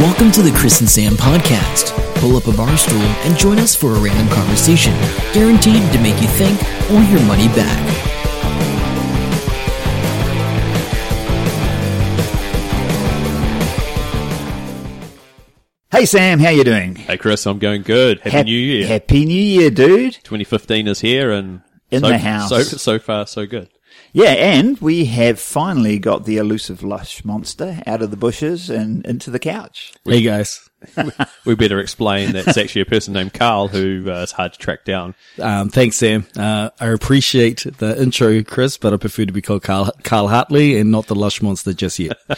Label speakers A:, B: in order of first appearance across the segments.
A: Welcome to the Chris and Sam podcast. Pull up a bar stool and join us for a random conversation, guaranteed to make you think or your money back.
B: Hey Sam, how you doing?
C: Hey Chris, I'm going good. Happy
B: Hap-
C: New Year.
B: Happy New Year, dude.
C: 2015 is here and
B: In
C: so,
B: the house.
C: So so far so good.
B: Yeah, and we have finally got the elusive lush monster out of the bushes and into the couch.
D: Hey guys,
C: We better explain that it's actually a person named Carl who uh, is hard to track down.
D: um, thanks Sam. Uh, I appreciate the intro, Chris, but I prefer to be called Carl, Carl Hartley and not the Lush Monster just yet.
B: Uh,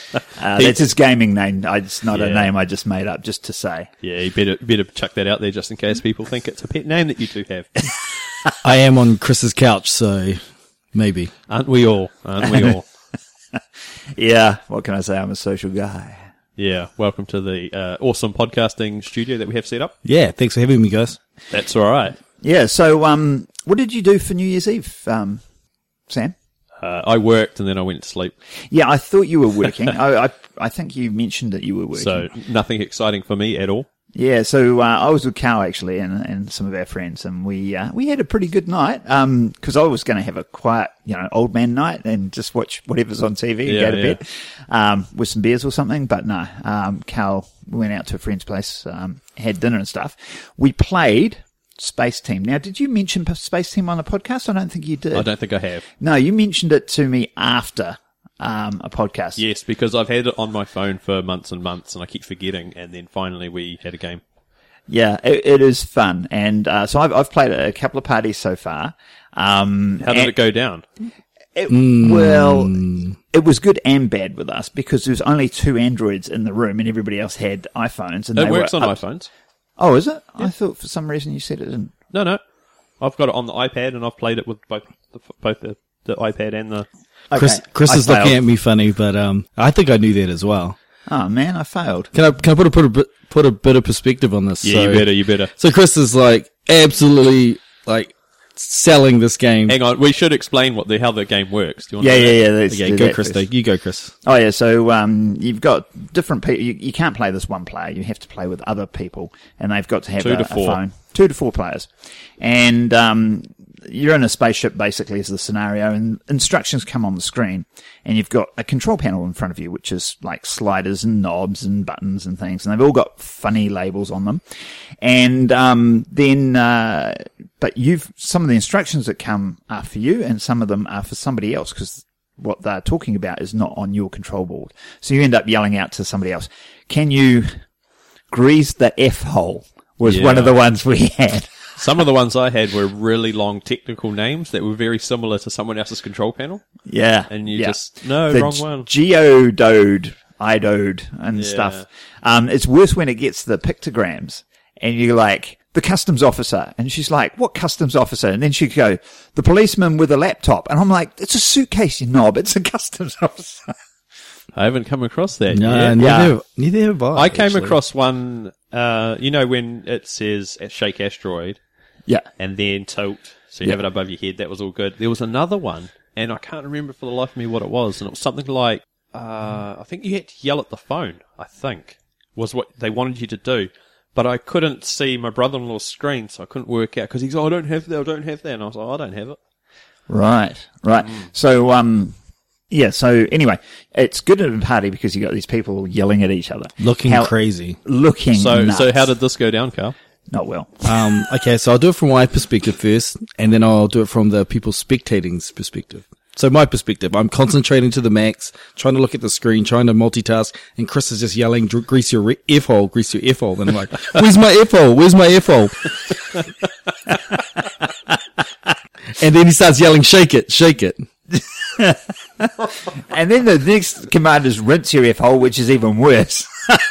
B: that's his gaming name. I, it's not a
C: Yeah.
B: name I just made up just to say.
C: Yeah, you better better chuck that out there just in case people think it's a pet name that you two have.
D: I am on Chris's couch, so maybe.
C: Aren't we all? Aren't we all?
B: Yeah, what can I say? I'm a social guy.
C: Yeah. Welcome to the uh, awesome podcasting studio that we have set up.
D: Yeah, thanks for having me, guys.
C: That's all right.
B: Yeah. So, um, what did you do for New Year's Eve, um, Sam?
C: Uh, I worked and then I went to sleep,
B: Yeah, I thought you were working. I, I, I think you mentioned that you were working.
C: so nothing exciting for me at all.
B: Yeah, so uh, I was with Carl actually, and, and some of our friends, and we uh, we had a pretty good night. Um 'cause because I was going to have a quiet, you know, old man night and just watch whatever's on TV and
C: Yeah,
B: go to
C: yeah.
B: bed, um, with some beers or something. But no, um, Carl went out to a friend's place, um, had dinner and stuff. We played Space Team. Now, did you mention P- Space Team on the podcast? I don't think you did.
C: I don't think I have.
B: No, you mentioned it to me after um a podcast.
C: Yes, because I've had it on my phone for months and months, and I keep forgetting. And then finally, we had a game.
B: Yeah, it, it is fun, and uh, so I've, I've played at a couple of parties so far. Um,
C: How did
B: and-
C: it go down?
B: it- Well, it was good and bad with us because there was only two androids in the room, and everybody else had iPhones. And
C: It
B: they
C: works
B: were
C: on
B: up-
C: iPhones.
B: Oh, is it? I thought for some reason you said it didn't.
C: No, no. I've got it on the iPad, and I've played it with both the, both the, the iPad and the.
D: Chris,
B: Okay,
D: Chris
B: I
D: is looking
B: failed.
D: at me funny, but um, I think I knew that as well.
B: Oh man, I failed.
D: Can I can I put a put a bit put a bit of perspective on this? so,
C: You better.
D: So Chris is like absolutely like selling this game.
C: Hang on. We should explain what the how the game works. Do you want
B: Yeah,
C: to
B: yeah, yeah. Let's
D: Okay,
B: do
D: go
B: that
D: Chris.
B: first.
D: Though. You go, Chris.
B: Oh yeah, so um, you've got different people. You, you can't play this one player. You have to play with other people, and they've got to have
C: Two
B: a,
C: to
B: a
C: four.
B: phone. Two to four players, and um, you're in a spaceship. Basically, is the scenario, and instructions come on the screen, and you've got a control panel in front of you, which is like sliders and knobs and buttons and things, and they've all got funny labels on them, and um, then uh, but you've some of the instructions that come are for you, and some of them are for somebody else because what they're talking about is not on your control board. So you end up yelling out to somebody else, can you grease the F hole? Was one of the ones we had.
C: Some of the ones I had were really long technical names that were very similar to someone else's control panel,
B: Yeah.
C: and you
B: yeah.
C: just no
B: the
C: wrong one.
B: Geodode, idode and stuff. Um, it's worse when it gets to the pictograms and you're like, the customs officer. And she's like, what customs officer? And then she would go, the policeman with a laptop. And I'm like, it's a suitcase, you knob. It's a customs officer.
C: I haven't come across that.
D: No,
C: yet.
D: Uh, neither, neither have I.
C: I came
D: actually.
C: across one. Uh, you know when it says uh, "Shake Asteroid"
B: Yeah.
C: and then "Tilt," so you have it above your head. That was all good. There was another one, and I can't remember for the life of me what it was. And it was something like, uh, I think you had to yell at the phone. I think was what they wanted you to do, but I couldn't see my brother-in-law's screen, so I couldn't work out because he's, oh, I don't have that, I don't have that, and I was like, "Oh, I don't have it.
B: Right, right.
C: Mm.
B: So, um, yeah. So anyway, it's good at a party because you got these people yelling at each other,
D: looking
B: How-
D: crazy.
B: looking.
C: So,
B: nuts.
C: so how did this go down, Carl?
B: not well?
D: Um, okay, so I'll do it from my perspective first, and then I'll do it from the people spectating's perspective. So my perspective, I'm concentrating to the max, trying to look at the screen, trying to multitask, and Chris is just yelling, "Dr- "Grease your re- f hole, grease your f hole," and I'm like, "Where's my f hole? Where's my f hole?" and then he starts yelling, "Shake it, shake it."
B: And then the next command is rinse your f hole, which is even worse.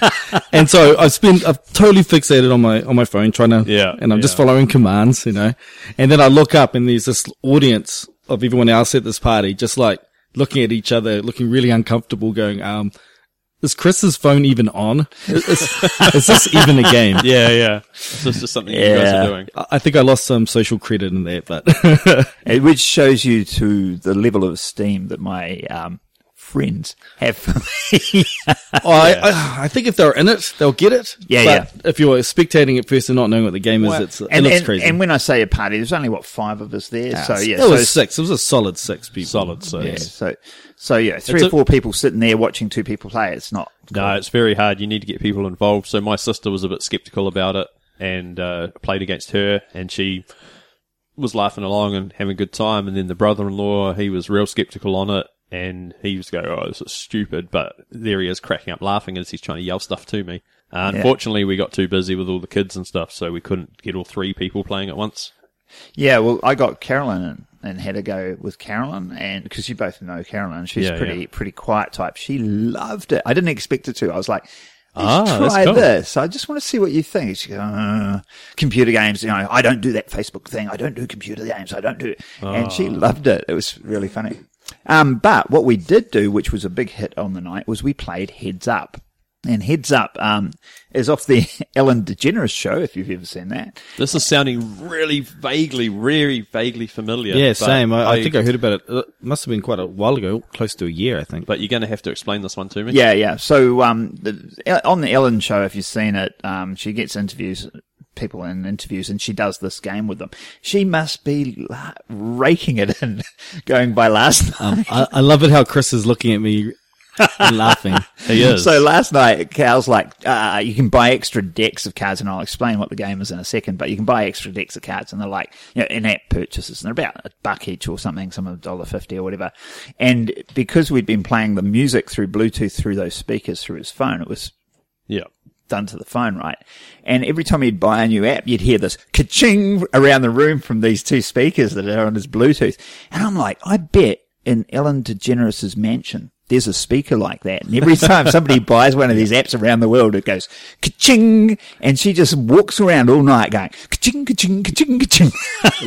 D: And so I've spent, I've totally fixated on my, on my phone trying to,
C: Yeah,
D: and I'm just
C: yeah.
D: following commands, you know, and then I look up and there's this audience of everyone else at this party, just like looking at each other, looking really uncomfortable, going, um, is Chris's phone even on? Is, is, is this even a game?
C: Yeah, yeah. This is just something you guys
B: Yeah.
C: are doing.
D: I I think I lost some social credit in there, but
B: It- Which shows you to the level of steam that my um, friends have for me.
D: Oh, I, I, I think if they're in it, they'll get it.
B: Yeah,
D: but If you're spectating at first and not knowing what the game is, it's, it
B: and,
D: looks
B: and,
D: crazy.
B: and when I say a party, there's only what five of us there. so yeah,
D: it
B: so
D: was six. It was a solid six people.
C: Solid six.
B: Yeah, so so yeah, three
C: It's
B: or
C: a-
B: four people sitting there watching two people play. It's not.
C: No, it's very hard. You need to get people involved. So my sister was a bit skeptical about it and uh, played against her, and she was laughing along and having a good time. And then the brother-in-law, he was real skeptical on it, and he was going, "Oh, this is stupid." But there he is cracking up laughing as he's trying to yell stuff to me. Uh, unfortunately, we got too busy with all the kids and stuff, so we couldn't get all three people playing at once.
B: Yeah, well, I got Carolyn and, and had a go with Carolyn, and because you both know Carolyn, she's
C: Yeah,
B: pretty
C: yeah.
B: pretty quiet type. She loved it. I didn't expect her to. I was like.
C: Ah,
B: Let's
C: that's
B: try
C: cool.
B: this. I just want to see what you think. She goes, "Uh, computer games. You know, I don't do that Facebook thing. I don't do computer games. I don't do. And
C: Ah.
B: she loved it. It was really funny. Um, but what we did do, which was a big hit on the night, was we played Heads Up. And Heads Up um, is off the Ellen DeGeneres show, if you've ever seen that.
C: This is sounding really vaguely, very vaguely familiar.
D: Yeah,
C: but
D: same. I, I, think I heard about it. It must have been quite a while ago, close to a year, I think.
C: But you're going to have to explain this one to me.
B: Yeah, yeah. So um, the, on the Ellen show, if you've seen it, um, she gets interviews people in interviews, and she does this game with them. She must be la- raking it in, going by last night.
D: I, I love it how Chris is looking at me and laughing.
C: he is.
B: So last night, Cal's like, uh, you can buy extra decks of cards, and I'll explain what the game is in a second, but you can buy extra decks of cards, and they're like, you know, in app purchases, and they're about a buck each or something, some of dollar fifty or whatever. And because we'd been playing the music through Bluetooth through those speakers through his phone, it was
C: Yeah.
B: done to the phone, right? And every time he'd buy a new app, you'd hear this ka-ching around the room from these two speakers that are on his Bluetooth. And I'm like, I bet in Ellen DeGeneres' mansion, there's a speaker like that. And every time somebody buys one of these apps around the world, it goes ka-ching. And she just walks around all night going ka-ching, ka-ching, ka-ching, ka-ching.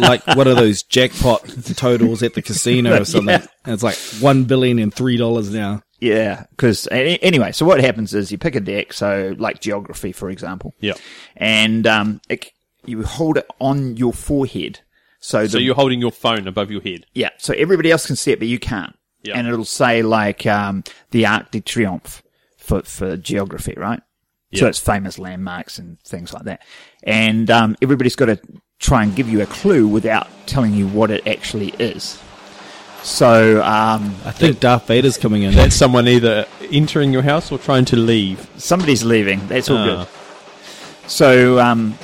D: like one of those jackpot totals at the casino or something. And it's like one billion and three dollars now.
B: Yeah, because anyway, so what happens is you pick a deck, so like geography, for example.
C: Yeah.
B: and um, it, c- you hold it on your forehead, so the,
C: So you're holding your phone above your head.
B: yeah, so everybody else can see it, but you can't.
C: Yeah.
B: and it'll say like um, the Arc de Triomphe for for geography, right? So
C: Yeah.
B: it's famous landmarks and things like that, and um, everybody's got to try and give you a clue without telling you what it actually is. So um,
D: I think Darth Vader's coming in.
C: That's someone either entering your house or trying to leave.
B: somebody's leaving. That's all
C: Ah.
B: good. So, um,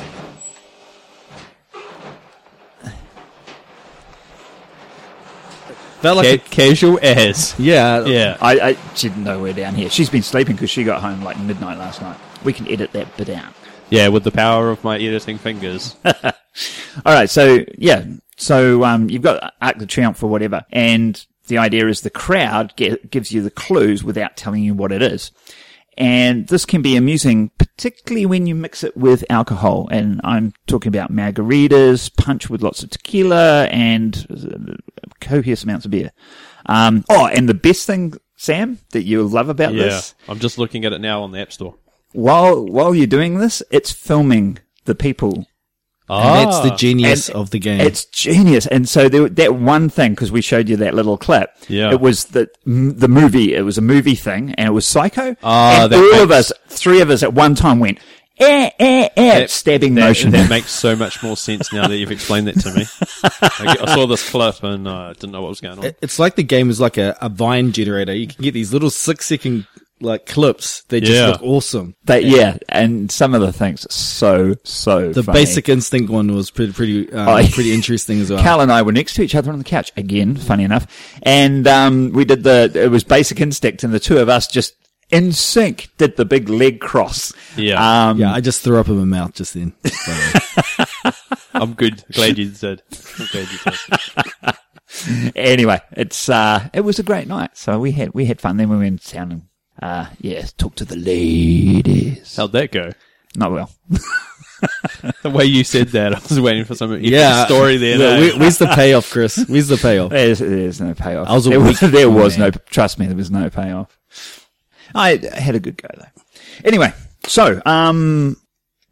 D: Felt like
C: Ca- casual as.
D: a- yeah,
C: Yeah.
B: I, I she didn't know we're down here. She's been sleeping because she got home like midnight last night. We can edit that bit out.
C: Yeah, with the power of my editing fingers.
B: All right. So yeah. So um, you've got Arc de Triomphe or whatever, and the idea is the crowd ge- gives you the clues without telling you what it is. And this can be amusing, particularly when you mix it with alcohol. And I'm talking about margaritas, punch with lots of tequila, and uh, copious amounts of beer. Um, oh, and the best thing, Sam, that you'll love about
C: yeah.
B: this
C: I'm just looking at it now on the App Store.
B: while while you're doing this, it's filming the people.
D: Ah. And that's
C: Ah.
D: the genius
B: And
D: of the game.
B: It's genius. And so there, that one thing, because we showed you that little clip,
C: Yeah.
B: it was the m- the movie. It was a movie thing, and it was Psycho.
C: Ah,
B: and
C: that
B: all of
C: makes-
B: us, three of us at one time, went eh eh eh,
C: That-
B: stabbing
C: that,
B: motion.
C: That makes so much more sense now that you've explained that to me. I, I saw this clip and I uh, didn't know what was going on.
D: It- It's like the game is like a, a vine generator. You can get these little six second like clips. They just
C: Yeah.
D: look awesome.
B: but yeah, and some of the things so so
D: The
B: funny.
D: basic instinct one was pretty pretty um,
B: Oh,
D: pretty interesting as well.
B: Cal and I were next to each other on the couch again, funny enough, and um, we did the. It was Basic Instinct, and the two of us just in sync did the big leg cross.
C: Yeah.
B: um,
D: yeah, I just threw up in my mouth just then. by the way.
C: I'm good. Glad you did. I'm glad you did.
B: Anyway, it's uh, it was a great night. So we had we had fun. Then we went down and uh, yeah, talked to the ladies.
C: How'd that go?
B: Not well.
C: The way you said that, I was waiting for some
D: yeah,
C: yeah, story there.
D: Look,
C: no?
D: where- where's the payoff, Chris? Where's the payoff?
B: There's, there's no payoff.
D: I was a
B: there was,
D: weak
B: there
D: poor
B: was no.
D: man.
B: Trust me, there was no payoff. I had a good go though. Anyway, so um,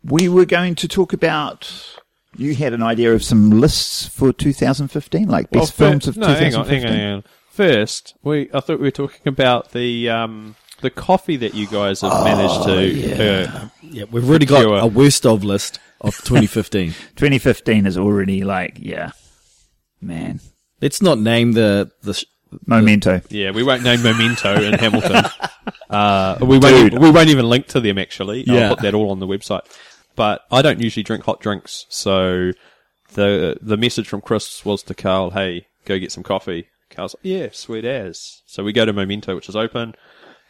B: we were going to talk about. You had an idea of some lists for 2015, like best
C: Well,
B: films
C: Oh, fir-
B: of
C: no, hang on,
B: 2015.
C: hang on, hang on. first, we I thought we were talking about the um, the coffee that you guys have managed to. uh,
D: Yeah, we've already got
C: Secure.
D: a worst of list of 2015.
B: 2015 is already like, yeah, man,
D: Let's not name the the. Sh-
B: memento.
C: yeah, we won't name Memento and Hamilton. Uh, we won't. even- we won't even link to them actually.
D: Yeah.
C: I'll put that all on the website. But I don't usually drink hot drinks, so the the message from Chris was to Carl, "Hey, go get some coffee." Carl's like, "Yeah, sweet as." So we go to Memento, which is open.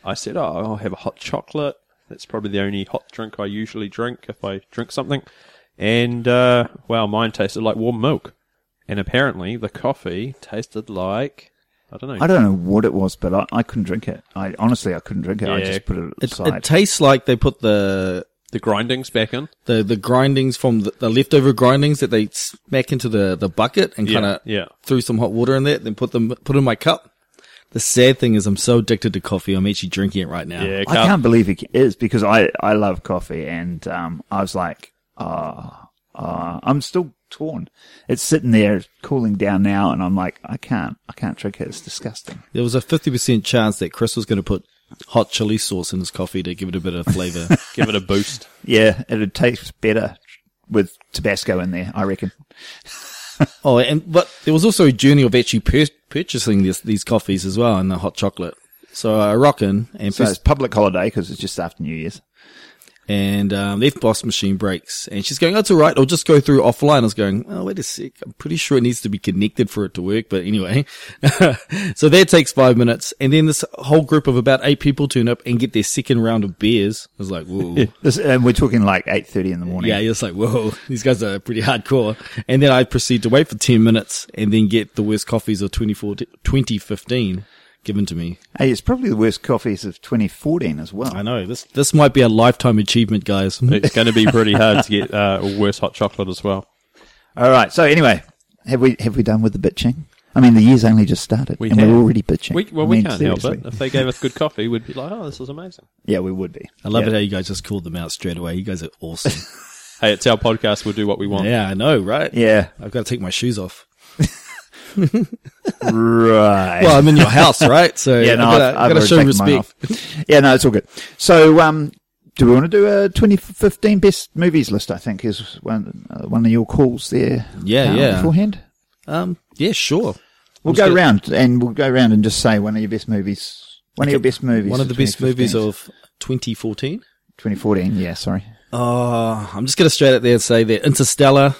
C: I said, "Oh, I'll have a hot chocolate." That's probably the only hot drink I usually drink if I drink something. And uh, wow, mine tasted like warm milk. And apparently, the coffee tasted like I don't know.
B: I don't know what it was, but I, I couldn't drink it. I honestly, I couldn't drink it. I
C: Yeah.
B: just put it
D: it,
B: aside.
D: it tastes like they put the
C: the grinding's back in.
D: the the grindings from the, the leftover grindings that they smack into the the bucket and
C: Yeah,
D: kind of
C: yeah.
D: threw some hot water in there, then put them put it in my cup. The sad thing is, I'm so addicted to coffee, I'm actually drinking it right now.
C: Yeah,
B: I can't believe it is because I, I love coffee and um, I was like, ah, ah, I'm still torn. It's sitting there cooling down now, and I'm like, I can't, I can't drink it. It's disgusting.
D: There was a 50% chance that Chris was going to put hot chili sauce in his coffee to give it a bit of flavor.
C: give it a boost.
B: Yeah, it'd taste better with Tabasco in there, I reckon.
D: oh, and but there was also a journey of actually pur- purchasing this, these coffees as well and the hot chocolate. So I rockin' and
B: So it's
D: first,
B: public holiday because it's just after New Year's.
D: and um, left boss machine breaks, and she's going, "That's all right, I'll just go through offline." I was going, "Oh, wait a sec, I'm pretty sure it needs to be connected for it to work." But anyway, so that takes five minutes, and then this whole group of about eight people turn up and get their second round of beers. I was like, "Whoa."
B: This, and we're talking like eight thirty in the morning.
D: Yeah, you're just like, whoa, these guys are pretty hardcore. And then I proceed to wait for 10 minutes and then get the worst coffees of 24 2015 given to me.
B: Hey, it's probably the worst coffees of 2014 as well.
D: I know this, this might be a lifetime achievement, guys.
B: Mm-hmm.
C: It's going to be pretty hard to get uh, a worse hot chocolate as well.
B: All right. So anyway, have we have we done with the bitching? I mean, the year's only just started,
C: We
B: and
C: have.
B: we're already bitching.
C: We, well,
B: I
C: we
B: mean,
C: can't help
B: seriously.
C: it. If they gave us good coffee, we'd be like, "Oh, this is amazing."
B: Yeah, we would be.
D: I love
B: Yeah.
D: it how you guys just called them out straight away. You guys are awesome.
C: Hey, it's our podcast. We'll do what we want.
D: yeah, I know, right?
B: Yeah,
D: I've got to take my shoes off.
B: right.
D: Well, I'm in your house, right? So
B: yeah, no,
D: I've
B: I've,
D: got
B: I've
D: to
B: already
D: show
B: taken mine
D: respect.
B: off. yeah, no, it's all good. So, um, do we want to do a 2015 best movies list? I think is one uh, one of your calls there.
D: Yeah,
B: uh,
D: yeah.
B: Beforehand,
D: Um, yeah, sure.
B: we'll go round and we'll go round and just say one of your best movies. One of your best movies.
D: One of the best movies
B: 2015.
D: of 2014.
B: 2014. Yeah, sorry.
D: Oh, I'm just going to straight up there and say that Interstellar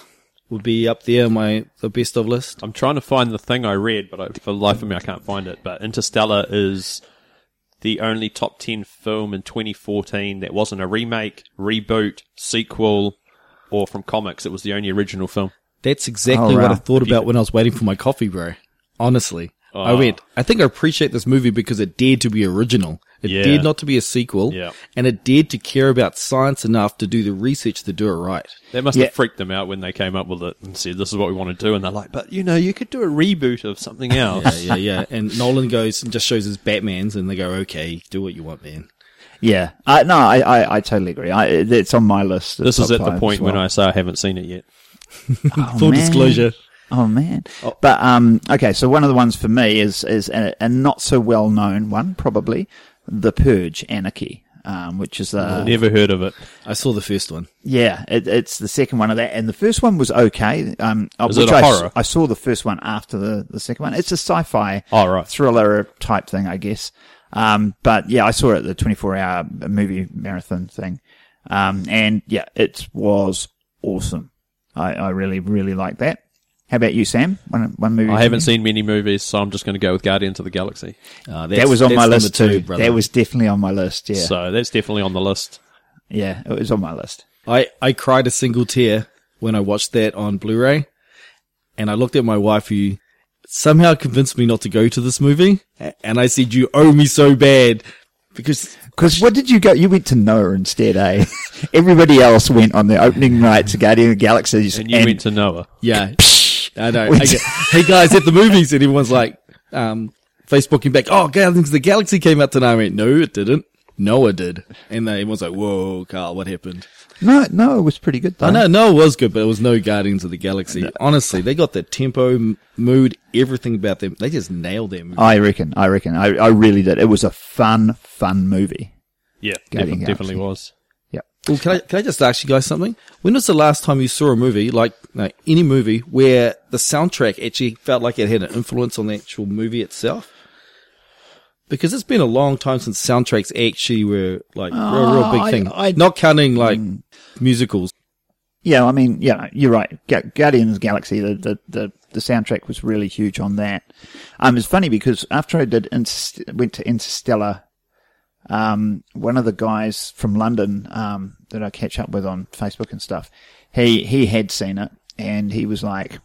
D: would be up there on my the best of list.
C: I'm trying to find the thing I read, but I, for the life of me, I can't find it. But Interstellar is the only top ten film in 2014 that wasn't a remake, reboot, sequel, or from comics. It was the only original film.
D: That's exactly
B: Oh,
D: what
B: wow.
D: I thought about when I was waiting for my coffee, bro. Honestly,
B: Oh.
D: I went. I think I appreciate this movie because it dared to be original. It
C: Yeah.
D: dared not to be a sequel,
C: Yeah.
D: and it dared to care about science enough to do the research to do it right.
C: That must
B: Yeah.
C: have freaked them out when they came up with it and said, "This is what we want to do." And they're like, "But you know, you could do a reboot of something else."
D: Yeah, yeah, yeah. and Nolan goes and just shows his Batman's, and they go, "Okay, do what you want, man."
B: Yeah, uh, no, I, I, I totally agree. I, it's on my list.
C: This is at the point when I say I haven't seen it yet.
D: Full disclosure.
B: Oh man! But um, okay, so one of the ones for me is is a, a not so well known one, probably the Purge Anarchy, um, which is uh,
C: Never heard of it.
D: I saw the first one.
B: yeah, it, it's the second one of that, and the first one was okay. Um, uh,
C: Is
B: which
C: it a
B: I s-
C: horror?
B: I saw the first one after the, the second one. It's a sci-fi
C: Oh, right.
B: thriller type thing, I guess. Um, but yeah, I saw it at the 24 hour movie marathon thing. Um, and yeah, it was awesome. I, I really, really like that. How about you, Sam? One, one movie.
C: I
B: for
C: haven't
B: me?
C: seen many movies, so I'm just going to go with Guardians of the Galaxy.
D: Uh,
B: That was on my list
D: number
B: too.
D: brother.
B: That was definitely on my list. Yeah.
C: So that's definitely on the list.
B: yeah. It was on my list.
D: I, I cried a single tear when I watched that on Blu-ray and I looked at my wife who somehow convinced me not to go to this movie. a- And I said, you owe me so bad because
B: Because what did you go? You went to Noah instead, eh? Everybody else went on the opening night to Guardian of the Galaxies,
C: And you went to Noah.
D: yeah, I know. I go, hey guys at the movies and everyone's like, um, Facebooking back. Oh, Guardians of the Galaxy came out tonight. I went, no, it didn't. Noah did, and they was like, "Whoa, Carl, what happened?"
B: No, no, it was pretty good though.
D: I know Noah was good, but it was no Guardians of the Galaxy. Honestly, they got the tempo, m- mood, everything about them. They just nailed their movie.
B: I reckon. I reckon. I, I really did. It was a fun, fun movie.
C: Yeah,
B: Guardian
C: definitely, definitely
B: Galaxy.
C: was.
B: Yep.
D: Well, can I can I just ask you guys something? When was the last time you saw a movie like no, any movie where the soundtrack actually felt like it had an influence on the actual movie itself? Because it's been a long time since soundtracks actually were like a real, real big
B: Ah, I-
D: thing.
B: I- Mm.
D: Not counting like musicals.
B: Yeah, I mean, yeah, you're right. Ga- Guardians of the Galaxy, the, the, the, the soundtrack was really huge on that. Um, it's funny because after I did Interst- went to Interstellar, um, one of the guys from London um, that I catch up with on Facebook and stuff, he he had seen it and he was like,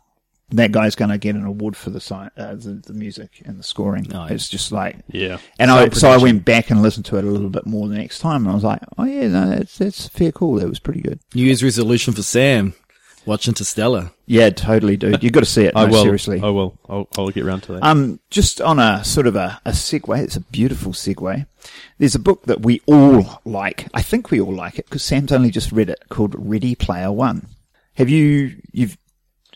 B: "That guy's going to get an award for the, sci- uh, the the music and the scoring." It's just like,
C: Yeah.
B: And I so I went back and listened to it a little bit more the next time, and I was like, "Oh yeah, no, that's that's fair call. That was pretty good."
D: New Year's resolution for Sam. Watch Interstellar.
B: Yeah, totally, dude. You've got to see it. No,
C: I will.
B: Seriously.
C: I will. I'll, I'll get round to that.
B: Um, just on a sort of a, a segue, it's a beautiful segue. There's a book that we all like. I think we all like it because Sam's only just read it called Ready Player One. Have you, you've,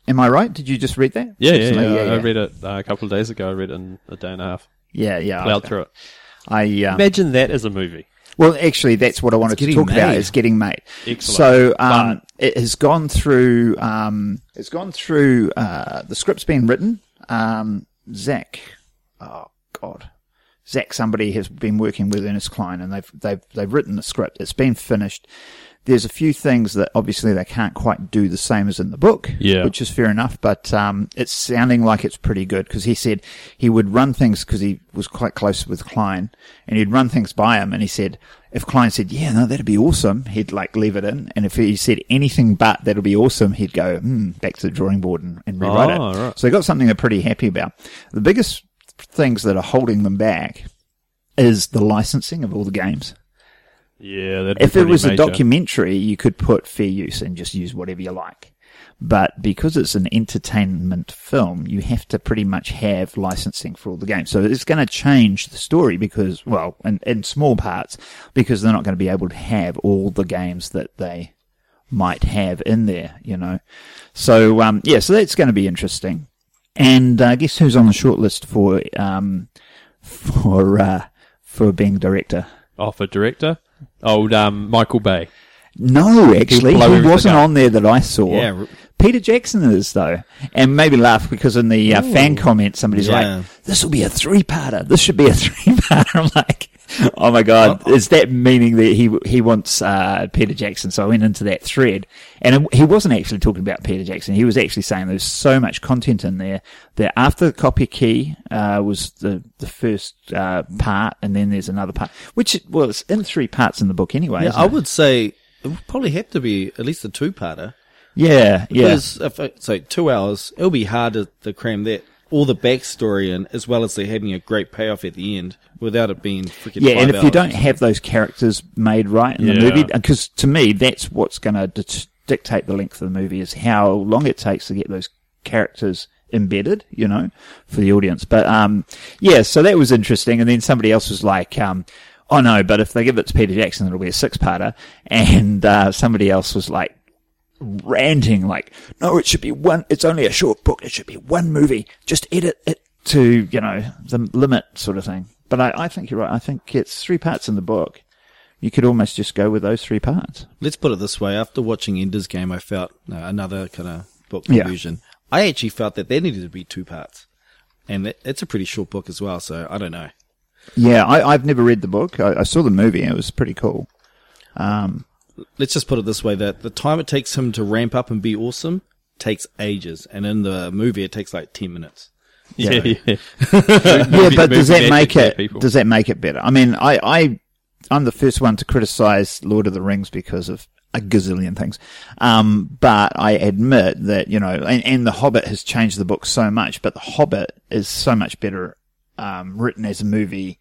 B: am I right? Did you just read that?
C: yeah, yeah, yeah,
B: Recently?
C: I read it uh, a couple of days ago. I read it in a day and a half.
B: Yeah, yeah.
C: Plowed through it.
B: I, um,
C: Imagine that as a movie.
B: Well, actually, that's what I wanted to
D: getting
B: talk about.
D: made.
B: Is getting made.
C: Excellent.
B: So um, it has gone through. Um, it's gone through. Uh, the script's been written. Um, Zach, oh god, Zach, somebody has been working with Ernest Klein, and they've they've they've written the script. It's been finished. There's a few things that obviously they can't quite do the same as in the book,
C: Yeah.
B: which is fair enough. But um, it's sounding like it's pretty good because he said he would run things because he was quite close with Klein, and he'd run things by him. And he said if Klein said, "Yeah, no, that'd be awesome," he'd like leave it in, and if he said anything but "that'll be awesome," he'd go hmm, back to the drawing board and, and rewrite
C: Oh,
B: it.
C: right.
B: So they got something they're pretty happy about. The biggest things that are holding them back is the licensing of all the games.
C: Yeah, that'd
B: If it was a documentary, you could put fair use and just use whatever you like. But because it's an entertainment film, you have to pretty much have licensing for all the games. So it's going to change the story because, well, in, in small parts, because they're not going to be able to have all the games that they might have in there, you know. So, um, yeah, so that's going to be interesting. And uh, guess who's on the shortlist for um, for uh, for being director?
C: Oh, for director? Old um, Michael Bay.
B: No, actually,
C: blow
B: he
C: everything
B: wasn't
C: up.
B: on there that I saw.
D: Yeah, r-
B: Peter Jackson is though, and maybe laugh because in the uh, fan comment somebody's
D: Yeah.
B: like, "This will be a three-parter. This should be a three-parter." I'm like, "Oh my god, is that meaning that he he wants uh, Peter Jackson?" So I went into that thread, and it, he wasn't actually talking about Peter Jackson. He was actually saying there's so much content in there that after the copy key uh, was the the first uh, part, and then there's another part, which well, it's in three parts in the book anyway.
D: Yeah,
B: isn't
D: I
B: it?
D: would say it would probably have to be at least a two parter.
B: Yeah, yeah.
D: Because if it's like two hours, it'll be hard to, to cram that all the backstory in, as well as they having a great payoff at the end without it being freaking.
B: Yeah,
D: five
B: and if you
D: hours.
B: don't have those characters made right in the
C: Yeah.
B: movie, because to me that's what's going to d- dictate the length of the movie is how long it takes to get those characters embedded, you know, for the audience. But um, yeah, so that was interesting. And then somebody else was like, um, "Oh no, but if they give it to Peter Jackson, it'll be a six-parter." And uh, somebody else was like, ranting like, no, it should be one, it's only a short book, it should be one movie, just edit it to, you know, the limit sort of thing. But I, I think you're right. I think it's three parts in the book. You could almost just go with those three parts.
D: Let's put it this way: after watching Ender's Game, I felt no, another kind of book
B: Yeah.
D: confusion. I actually felt that there needed to be two parts, and it, it's a pretty short book as well. So I don't know.
B: Yeah, I, I've never read the book. I, I saw the movie and it was pretty cool.
D: Let's just put it this way: that the time it takes him to ramp up and be awesome takes ages, and in the movie, it takes like ten minutes.
C: Yeah, yeah.
B: yeah, but does that
C: magic
B: make
C: to
B: it
C: people.
B: does that make it better? I mean, I, I I'm the first one to criticize Lord of the Rings because of a gazillion things, um, but I admit that you know, and, and the Hobbit has changed the book so much, but the Hobbit is so much better um, written as a movie.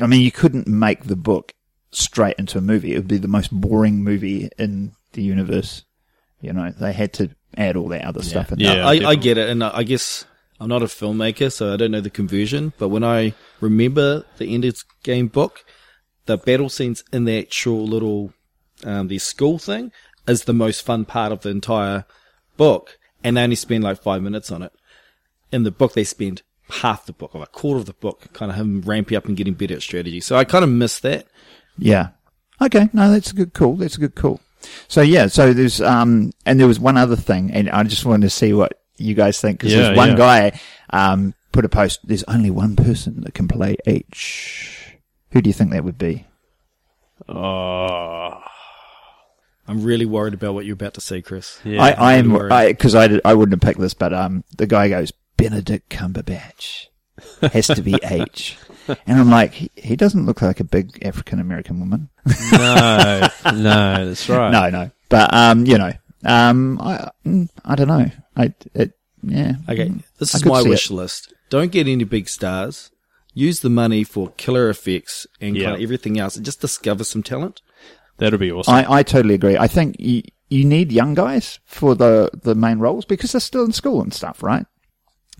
B: I mean, you couldn't make the book straight into a movie; it would be the most boring movie in the universe. You know, they had to add all that other stuff. In
C: Yeah.
B: there.
D: I, I
C: definitely.
D: get it, and I I guess I'm not a filmmaker, so I don't know the conversion. But when I remember the Ender's Game book, the battle scenes in the actual little um, the school thing is the most fun part of the entire book, and they only spend like five minutes on it. In the book, they spend half the book, or a quarter of the book, kind of him ramping up and getting better at strategy. So I kind of miss that.
B: Yeah. Okay. No, that's a good call. That's a good call. So yeah. So there's um, and there was one other thing, and I just wanted to see what you guys think because
C: Yeah,
B: there's one
C: yeah.
B: guy um put a post. There's only one person that can play H. Who do you think that would be?
C: Oh,
D: I'm really worried about what you're about to say, Chris.
C: yeah.
B: I, I am
D: worried.
B: because I, did- I wouldn't have picked this, but um, the guy goes Benedict Cumberbatch has to be H, and I'm like, he, he doesn't look like a big African American woman.
C: no, no, that's right.
B: No, no, but um, you know, um, I mm, I don't know. I it, yeah.
D: Okay,
B: Mm,
D: this
B: I
D: is
B: could
D: my
B: see it.
D: wish list. Don't get any big stars. Use the money for killer effects and
C: Yeah.
D: kind of everything else, and just discover some talent.
C: That'll be awesome.
B: I, I totally agree. I think you, you need young guys for the, the main roles because they're still in school and stuff, right?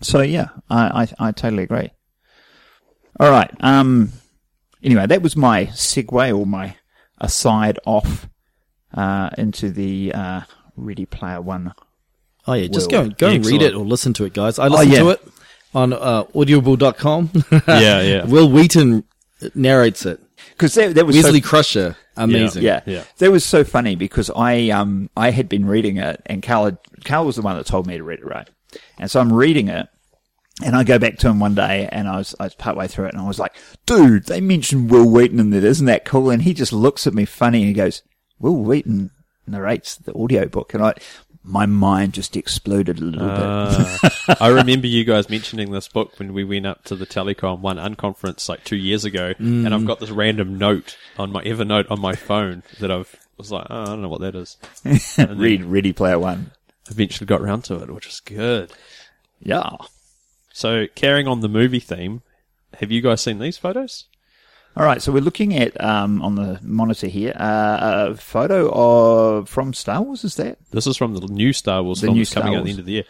B: So yeah, I, I, I totally agree. All right. Um, anyway, that was my segue or my aside off, uh, into the, uh, Ready Player One.
D: Oh yeah, just
B: Well,
D: go go and read
C: excellent.
D: it or listen to it, guys. I listened
B: yeah.
D: to it on uh, audible.com.
C: Yeah, yeah.
D: Will Wheaton narrates it.
B: Cause that, that was so-
D: Wesley Crusher, amazing.
B: Yeah.
C: Yeah.
B: That was so funny because I um I had been reading it and Carl had, Carl was the one that told me to read it, right? And so I'm reading it and I go back to him one day and I was I was partway through it and I was like, dude, they mentioned Will Wheaton in that, isn't that cool? And he just looks at me funny and he goes, Will Wheaton narrates the audiobook and I my mind just exploded a little bit.
C: Uh, I remember you guys mentioning this book when we went up to the Telecom One Unconference like two years ago, and I've got this random note on my Evernote on my phone that I've was like, oh, I don't know what that is. And
B: Read Ready Player One.
C: eventually got round to it, which is good.
B: Yeah.
C: So carrying on the movie theme, have you guys seen these photos?
B: All right, so we're looking at um, on the monitor here uh, a photo of from Star Wars. Is that
C: This is from the new Star Wars
B: The
C: film
B: new
C: that's coming
B: Star
C: out at the
B: Wars.
C: end of the year.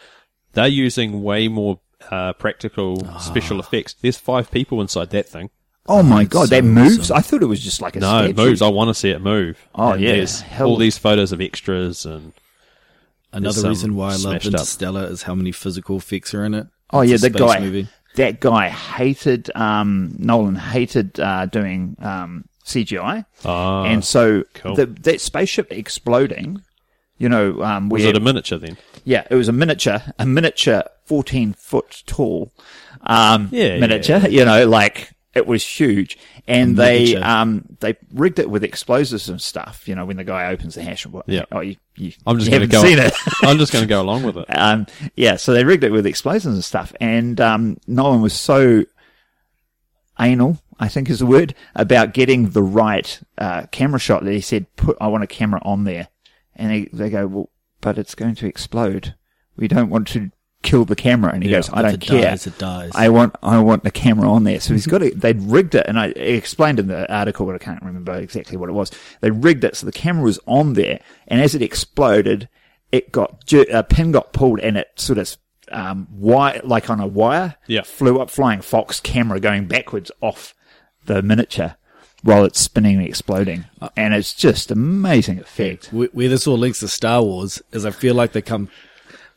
C: They're using way more uh, practical
B: Ah.
C: special effects. There's five people inside that thing.
B: Oh my god, that
D: so
B: moves! I thought it was just like a
C: No, it
B: statue.
C: moves. I want to see it move.
B: Oh, yeah.
C: there's
B: Hell.
C: all these photos of extras and There's
D: Another
C: some
D: reason why I loved
C: smashed up.
D: Interstellar is how many physical effects are in it.
B: Oh
D: It's
B: yeah,
D: a
B: that
D: space
B: guy.
D: movie.
B: That guy hated um, Nolan hated uh, doing um, CGI,
C: Ah,
B: and so
C: cool.
B: the, that spaceship exploding. You know, um,
C: was
B: where-
C: it a miniature then?
B: yeah, it was a miniature, a miniature, fourteen foot tall, um,
C: Yeah, yeah,
B: miniature. You know, like it was huge, and they
D: Miniature.
B: um, they rigged it with explosives and stuff. You know, when the guy opens the hash, what?
C: Yeah.
B: Oh, you, you,
C: I'm just
B: you haven't
C: going to go.
B: seen it.
C: I'm just going to go along with it.
B: um, yeah, so they rigged it with explosives and stuff. And um, Nolan was so anal, I think is the word, about getting the right uh, camera shot that he said, "Put, I want a camera on there." And they, they go, "Well, but it's going to explode. We don't want to kill the camera." And he goes, "I
D: If
B: don't
D: it
B: care.
D: dies, it dies.
B: I want I want the camera on there. So
D: Mm-hmm.
B: he's got it. They'd rigged it, and I it explained in the article, but I can't remember exactly what it was. They rigged it so the camera was on there, and as it exploded, it got ju- a pin got pulled, and it sort of um wire like on a wire,
C: Yeah.
B: flew up flying fox camera going backwards off the miniature while it's spinning and exploding,
D: Uh,
B: and it's just amazing effect.
D: Where, where this all links to Star Wars is I feel like they come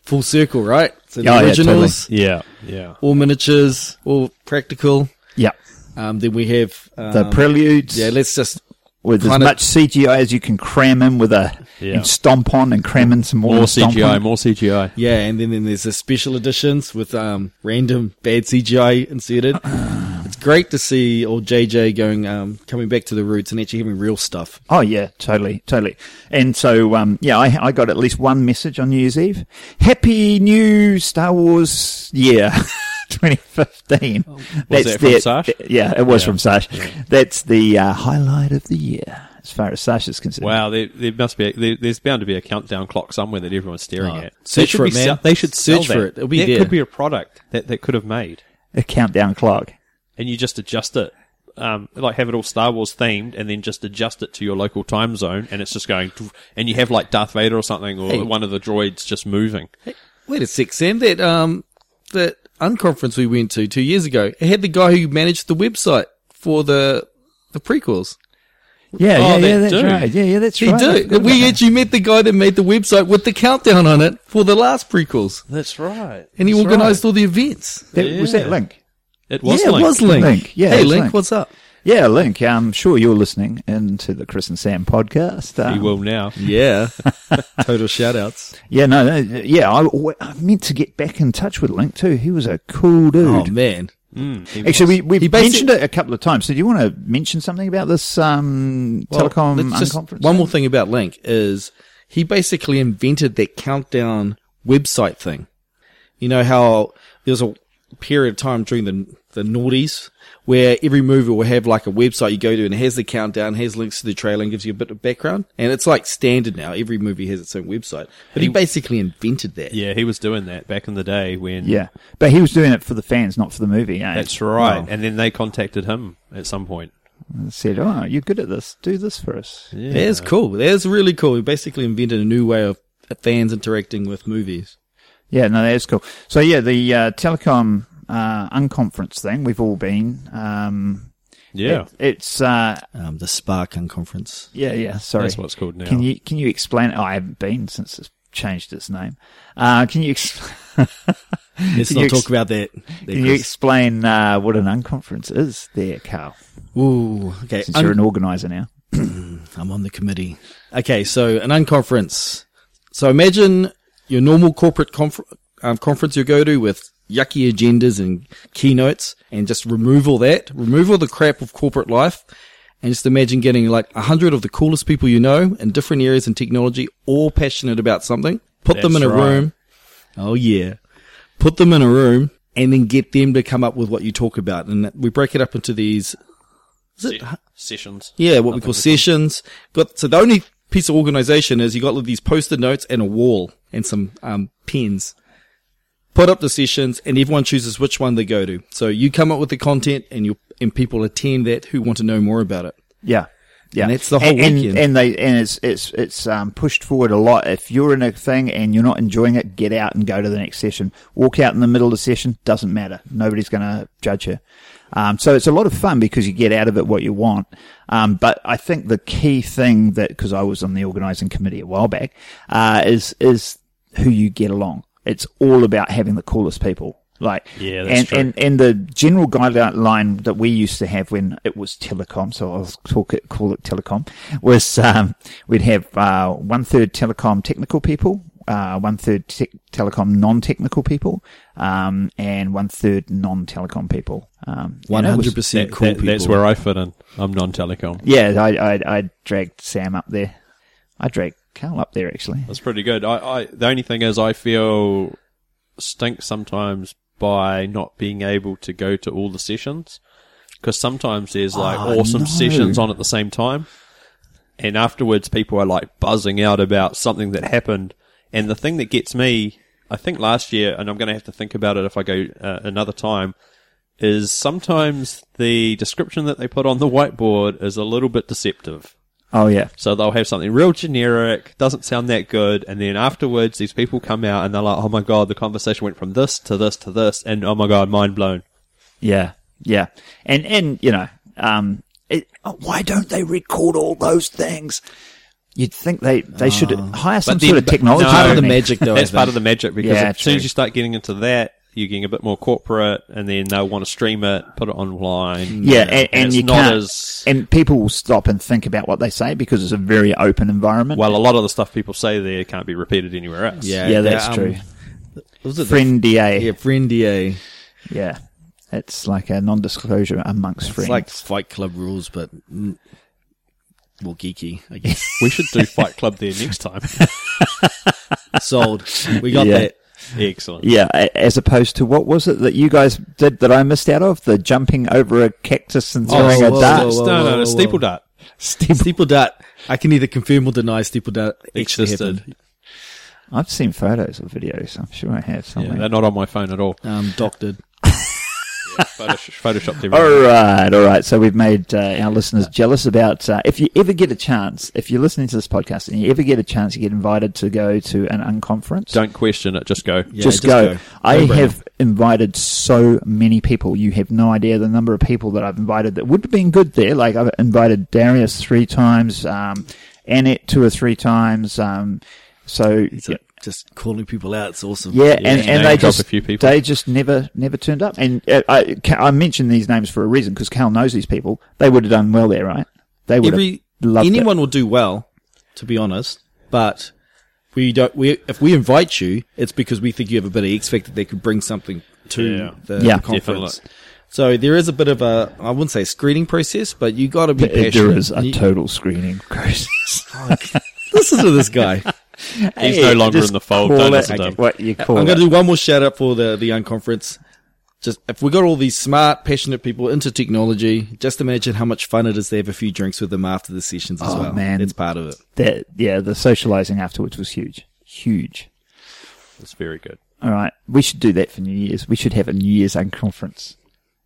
D: full circle, right? So
B: Oh,
D: the
B: yeah,
D: originals,
C: Yeah, yeah.
D: all miniatures, all practical.
B: Yeah,
D: Um, then we have um,
B: the preludes.
D: yeah. Let's just
B: with as
D: kinda-
B: much CGI as you can cram in with a
C: Yeah.
B: and stomp on and cram in some more,
C: More
B: and stomp
C: CGI,
B: on.
C: more CGI.
D: Yeah, and then, then there's the special editions with um, random bad CGI inserted. it's great to see old JJ going um, coming back to the roots and actually having real stuff.
B: Oh yeah, totally, totally. And so um, yeah, I, I got at least one message on New Year's Eve: Happy New Star Wars Year. 2015.
C: that from
B: the-
C: Sash?
B: Yeah, it was from Sash. That's the uh, highlight of the year as far as Sash is concerned.
C: Wow, there, there must be. A, there, there's bound to be a countdown clock somewhere that everyone's staring
D: Oh,
C: at.
D: search
C: They should
D: for
C: be
D: it, man.
C: sell- they should
D: Search
C: sell
D: for
C: that.
D: it. It'll be
C: that
D: there.
C: could be a product that that could have made,
B: A countdown clock.
C: and you just adjust it. Um, like have it all Star Wars themed, and then just adjust it to your local time zone, and it's just going. And you have like Darth Vader or something, or
D: Hey.
C: one of the droids just moving.
D: Wait a sec, Sam. That um, that unconference we went to two years ago, it had the guy who managed the website for the the prequels.
B: Yeah,
C: Oh,
B: yeah, yeah,
C: they
B: that's
C: do.
B: right. Yeah, yeah, that's
D: He
B: right. I
D: did.
B: forgot about
D: We
B: that.
D: actually met the guy that made the website with the countdown on it for the last prequels,
C: That's right.
D: and he
B: That's
D: organised all the events.
B: That, Was that
C: Yeah.
B: Link?
C: It was
D: yeah,
C: Link.
D: it was Link.
B: Link. Yeah, it
D: hey
B: was
D: Link,
B: Link.
D: what's up?
B: Yeah, Link. I'm sure you're listening into the Chris and Sam podcast. Um,
C: He will now.
D: Yeah, total shout outs.
B: Yeah, no, no yeah. I, alwa- I meant to get back in touch with Link too. He was a cool
D: Oh
B: dude.
D: man,
C: Mm, he
B: Actually, we, we
D: He
B: mentioned
D: basic-
B: it a couple of times. So, do you want to mention something about this um,
D: Well,
B: telecom
D: let's just-
B: unconference?
D: One more thing about Link is he basically invented that countdown website thing. You know how there was a period of time during the the noughties where every movie will have like a website you go to and it has the countdown, has links to the trailer, and gives you a bit of background. And it's like standard now; every movie has its own website. But he, basically invented that.
C: Yeah, he was doing that back in the day when.
B: Yeah, but he was doing it for the fans, not for the movie. Eh?
C: That's right.
D: Wow.
C: And then they contacted him at some point.
B: And said, "Oh, you're good at this. Do this for us."
C: Yeah.
D: That's cool. That's really cool. He basically invented a new way of fans interacting with movies.
B: Yeah, no, that is cool. So yeah, the uh, telecom uh, unconference thing we've all been. Um,
C: Yeah.
B: it- it's uh,
D: Um, the Spark Conference.
B: yeah, yeah. Sorry,
C: That's what it's called now.
B: Can you can you explain? Oh, I haven't been since it's changed its name. Uh, can you ex-
D: Let's
B: Can you
D: not
B: ex-
D: talk about that. there,
B: can you
D: Chris.
B: explain uh, what an unconference is, there, Carl?
D: Ooh, okay.
B: Since
D: Un-
B: you're an organizer now.
D: I'm on the committee. Okay, so an unconference. So imagine your normal corporate conf- um, conference you go to with yucky agendas and keynotes, and just remove all that, remove all the crap of corporate life, and just imagine getting like a hundred of the coolest people you know in different areas in technology, all passionate about something. Put them in
C: That's
D: a
C: right.
D: room. Oh yeah, put them in a room. And then get them to come up with what you talk about. And we break it up into these
C: Se- sessions.
D: yeah, what we call sessions. Got so the only piece of organisation is you got all these post-it notes and a wall and some um, pens. Put up the sessions, and everyone chooses which one they go to. So you come up with the content, and you and people attend that who want to know more about it.
B: Yeah. Yeah.
D: And it's the whole
B: and, and-
D: weekend.
B: And they and it's it's it's um, pushed forward a lot. If you're in a thing and you're not enjoying it, get out and go to the next session. Walk out in the middle of the session, doesn't matter. Nobody's gonna judge you. Um, so it's a lot of fun because you get out of it what you want. Um, but I think the key thing that because I was on the organising committee a while back uh, is is who you get along. It's all about having the coolest people. Like
C: Yeah, that's
B: and,
C: true.
B: and and the general guideline that we used to have when it was telecom, so I'll talk it, call it telecom, was um, we'd have uh, one third telecom technical people, uh, one third te- telecom non technical people, um, and one third non telecom people. Um,
D: One
B: and it was-
D: hundred percent
C: That-
D: cool
C: that-
D: people.
C: that's where I fit in. I'm non-telecom.
B: Yeah, I, I I dragged Sam up there. I dragged Carl up there actually.
C: That's pretty good. I, I the only thing is I feel stink sometimes by not being able to go to all the sessions because sometimes there's like
B: Oh,
C: awesome
B: no.
C: sessions on at the same time, and afterwards people are like buzzing out about something that happened. And the thing that gets me, I think last year, and I'm going to have to think about it if I go uh, another time, is sometimes the description that they put on the whiteboard is a little bit deceptive.
B: Oh yeah,
C: So they'll have something real generic, doesn't sound that good, and then afterwards these people come out and they're like, "Oh my god, the conversation went from this to this to this," and oh my god, mind blown.
B: yeah, yeah, and and you know, um, it, oh, why don't they record all those things? You'd think they they should hire some
C: But then-
B: sort of
C: but-
B: technology.
C: no.
D: part of the
B: wouldn't they?
D: magic, though. I
C: That's part of
D: think.
C: the magic because
B: Yeah,
C: as soon as
B: true.
C: you start getting into that, you're getting a bit more corporate, and then they'll want to stream it, put it
D: Mm.
C: online.
B: Yeah, and, and
C: it's
B: you
C: not
B: can't.
C: as-
B: And people will stop and think about what they say because it's a very open environment.
C: Well, a lot of the stuff people say there can't be repeated anywhere else.
D: yeah,
B: yeah,
D: the,
B: that's
D: um,
B: true.
D: Was it
B: Friend
D: friend?
B: DA,
D: yeah, friend DA. It's
B: yeah, it's like a non-disclosure amongst friends.
D: like Fight Club rules, but mm, more geeky. I guess.
C: we should do Fight Club there next time.
D: Sold. We got
B: Yeah.
D: that.
C: Excellent.
B: yeah, a- as opposed to what was it that you guys did that I missed out of? The jumping over a cactus and throwing
D: whoa,
B: a dart.
D: whoa,
C: no,
D: whoa.
C: no,
D: whoa,
C: no,
D: whoa.
C: steeple dart.
D: Steeple Dart. I can either confirm or deny Steeple Dart actually
C: Existed.
D: happened.
B: I've seen photos or videos. I'm sure I have
C: Yeah,
B: somewhere.
C: they're not on my phone at all.
D: Um, doctored.
C: Photosh- photoshopped everything.
B: All right, all right. So we've made uh, our listeners jealous about uh, if you ever get a chance, if you're listening to this podcast and you ever get a chance, you get invited to go to an unconference.
C: Don't question it. Just go.
D: Yeah,
B: just, go. I have invited so many people. You have no idea the number of people that I've invited that would have been good there. Like I've invited Darius three times, um, Annette two or three times. Um, so
D: It's uh, just calling people out. It's awesome.
B: yeah, and, and they
C: name drop
B: just
C: a few people.
B: they just never never turned up. And uh, I Ca- I mentioned these names for a reason because Cal knows these people. They would have done well there, right? They would
D: Every
B: have loved
D: anyone will do well, to be honest. But we don't. We if we invite you, it's because we think you have a bit of X factor that could bring something to
C: Yeah.
D: the
B: Yeah.
D: conference.
C: Definitely.
D: So there is a bit of a I wouldn't say screening process, but you got to be
B: it. It- There
D: passionate.
B: is a
D: You-
B: total screening process.
D: Listen to this guy.
C: He's
B: Hey,
C: no longer
B: just
C: in the fold.
B: call
C: Don't
B: it
C: listen to him.
B: What you call
D: I'm going
B: it.
D: to do one more shout out for the the young conference. Just if we got all these smart, passionate people into technology, just imagine how much fun it is to have a few drinks with them after the sessions as
B: Oh,
D: well.
B: man.
D: it's part of it.
B: That- yeah, the socializing afterwards was huge, huge.
C: It's very good.
B: All right, we should do that for New Year's. We should have a New Year's unconference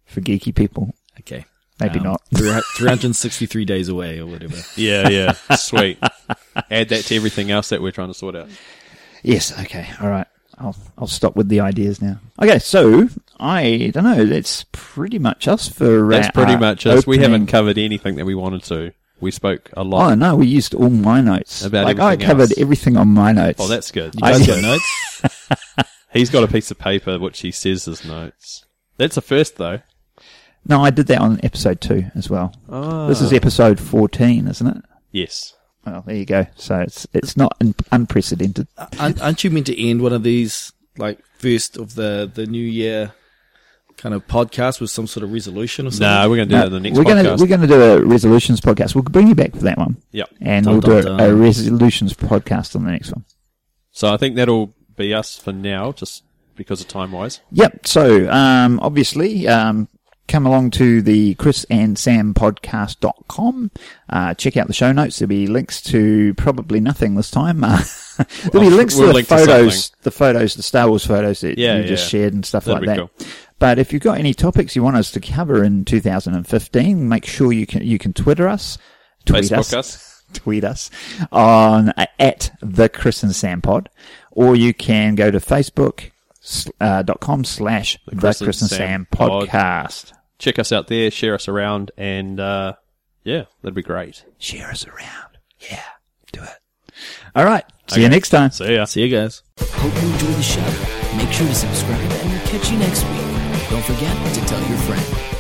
B: for geeky people.
D: Okay,
B: Maybe
C: Um,
B: not.
D: Um, Three hundred sixty-three days away or whatever.
C: Yeah, yeah. Sweet. Add that to everything else that we're trying to sort out.
B: Yes. Okay. All right. I'll I'll stop with the ideas now. Okay. So I don't know. That's pretty much us for.
C: That's
B: uh,
C: pretty
B: our
C: much us. We
B: opening-
C: haven't covered anything that we wanted to. We spoke a lot.
B: Oh no, we used all my notes.
C: About
B: like I
C: everything
B: covered
C: else.
B: everything on my notes.
C: Oh, that's good.
D: You guys
B: I-
D: got notes?
C: He's got a piece of paper which he says is notes. That's a first, though.
B: no, I did that on episode two as well.
C: Ah.
B: This is episode fourteen, isn't it?
C: Yes.
B: Well, there you go. So it's it's not un- unprecedented.
D: Aren't, aren't you meant to end one of these like first of the the new year kind of podcast with some sort of resolution or something?
C: No, we're going to do that in the next
B: we're
C: podcast.
B: Gonna, we're going to do a resolutions podcast. We'll bring you back for that one.
C: Yep.
B: And
D: Dun,
B: we'll do
D: dun,
B: a
D: dun.
B: resolutions podcast on the next one.
C: So I think that'll be us for now, just because of time wise.
B: Yep. So, um, obviously, um, come along to the Chris and Sam podcast.com. Uh, check out the show notes. There'll be links to probably nothing this time. Uh, there'll be
C: Well,
B: links to
C: we'll
B: the
C: link to
B: photos,
C: something.
B: the photos, the Star Wars photos that
C: Yeah,
B: you just
C: yeah.
B: shared and stuff
C: That'd
B: like
C: be
B: that.
C: cool.
B: But if you've got any topics you want us to cover in 2015, make sure you can, you can Twitter us, tweet
C: Facebook
B: us,
C: us.
B: tweet us on uh, at the Chris and Sam pod, or you can go to Facebook uh, dot com slash the Chris, and Sam,
C: Pod.
B: podcast.
C: Check us out there, share us around, and uh, yeah, that'd be great.
B: Share us around. Yeah, do it. All right. See you next time.
C: See ya.
D: See you guys.
A: Hope you enjoy the show. Make sure to subscribe and we'll catch you next week. Don't forget to tell your friend.